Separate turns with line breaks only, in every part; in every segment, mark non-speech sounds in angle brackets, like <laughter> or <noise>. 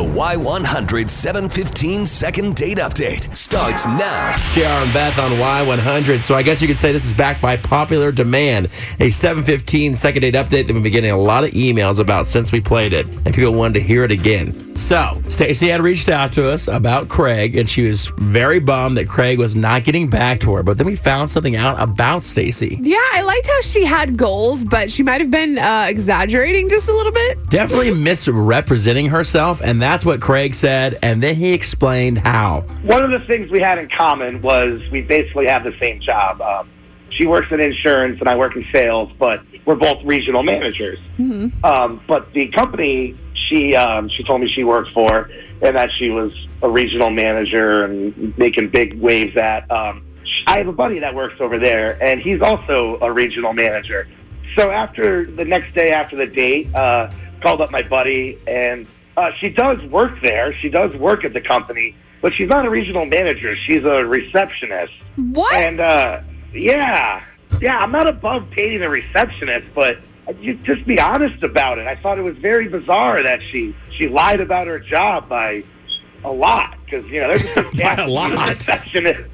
Y100 715 second date update starts now.
JR and Beth on Y100. So I guess you could say this is backed by popular demand. A 715 second date update that we've been getting a lot of emails about since we played it, and people wanted to hear it again. So Stacy had reached out to us about Craig, and she was very bummed that Craig was not getting back to her. But then we found something out about Stacy.
Yeah, I liked how she had goals, but she might have been uh, exaggerating just a little bit.
Definitely misrepresenting herself, and that's what Craig said. And then he explained how.
one of the things we had in common was we basically have the same job. Um, she works in insurance and I work in sales, but we're both regional managers. Um, but the company she um, she told me she worked for and that she was a regional manager and making big waves at. Um, I have a buddy that works over there, and he's also a regional manager. So after the next day after the date, uh, called up my buddy, and uh, she does work there. She does work at the company, but she's not a regional manager. She's a receptionist.
What?
And uh, yeah, yeah, I'm not above dating a receptionist, but you just be honest about it. I thought it was very bizarre that she she lied about her job by a lot because you know there's a
<laughs> By a lot.
receptionist,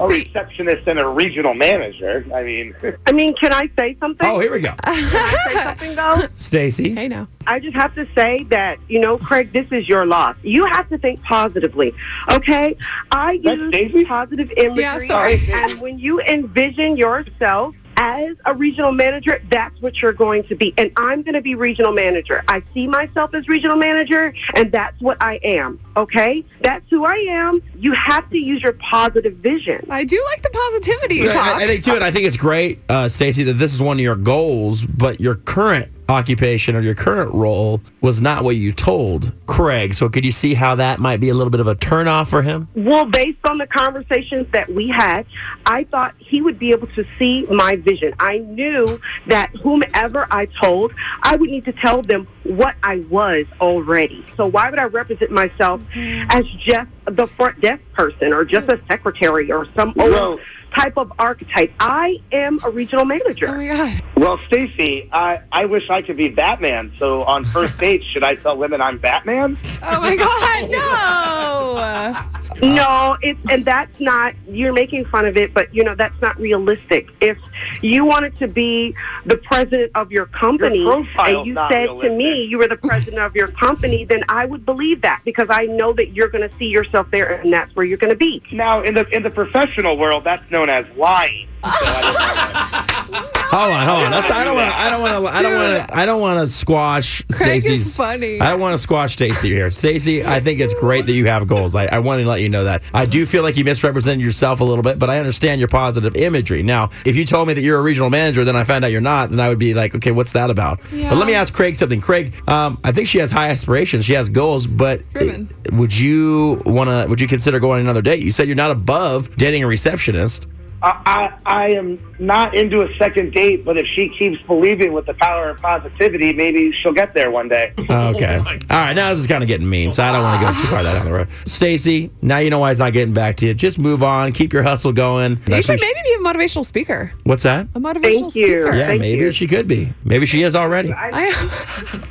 a receptionist and a regional manager. I mean, <laughs>
I mean, can I say something?
Oh, here we go.
Can I say something though?
Stacy.
hey, now.
I just have to say that, you know, Craig, this is your loss. You have to think positively, okay? I
That's
use
Daisy?
positive imagery.
Yeah, sorry.
And when you envision yourself as a regional manager, that's what you're going to be. And I'm going to be regional manager. I see myself as regional manager, and that's what I am, okay? That's who I am. You have to use your positive vision.
I do like the positivity
Yeah,
talk.
I, I think too, and I think it's great, uh, Stacy, that this is one of your goals, but your current occupation or your current role was not what you told Craig. So could you see how that might be a little bit of a turnoff for him?
Well, based on the conversations that we had, I thought he would be able to see my vision. I knew that whomever I told, I would need to tell them what I was already. So why would I represent myself as just the front desk person or just a secretary or some old
Well-
type of archetype? I am a regional manager.
oh, my God.
well, Stacy, I I wish I could be Batman. So
<laughs>
on first date, should I tell women I'm Batman?
Oh, my God. No.
No, it's and that's not. You're making fun of it, but you know that's not realistic. If you wanted to be the president of your company,
Your profile's
and you
not
said to me
realistic.
you were the president of your company, then I would believe that because I know that you're going to see yourself there, and that's where you're going to be.
Now in the in the professional world, that's known as lying. So I don't know.
Hold on, hold on. That's, I don't want. I don't want to. I don't want to. I don't want to squash
Craig is
Stacy's.
funny.
I don't want to squash Stacy here. Stacy, I think it's great that you have goals. I, I want to let you know that. I do feel like you misrepresented yourself a little bit, but I understand your positive imagery. Now, if you told me that you're a regional manager, then I found out you're not, then I would be like, okay, what's that about? But let me
Yeah.
ask Craig something. Craig, um, I think she has high aspirations. She has goals, but
Driven.
would you want to? Would you consider going on another date? You said you're not above dating a receptionist.
I, I I am not into a second date, but if she keeps believing with the power of positivity, maybe she'll get there one day.
Okay. All right. Now this is kind of getting mean, so I don't want to go too far down the road. Stacy, now you know why he's not getting back to you. Just move on. Keep your hustle going. I
You
think-
should maybe be a motivational speaker.
What's that?
A motivational
Thank you.
speaker.
Yeah,
Thank
maybe
you.
she could be. Maybe she is already.
I,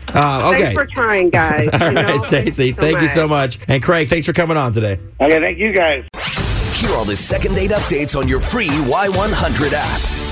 Uh, okay.
Thanks for trying, guys.
<laughs> All
you know?
right, Stacy.
Thanks
Thank you so much. And Craig, thanks for coming on today.
Okay, thank you guys.
Hear all the second date updates on your free Y100 app.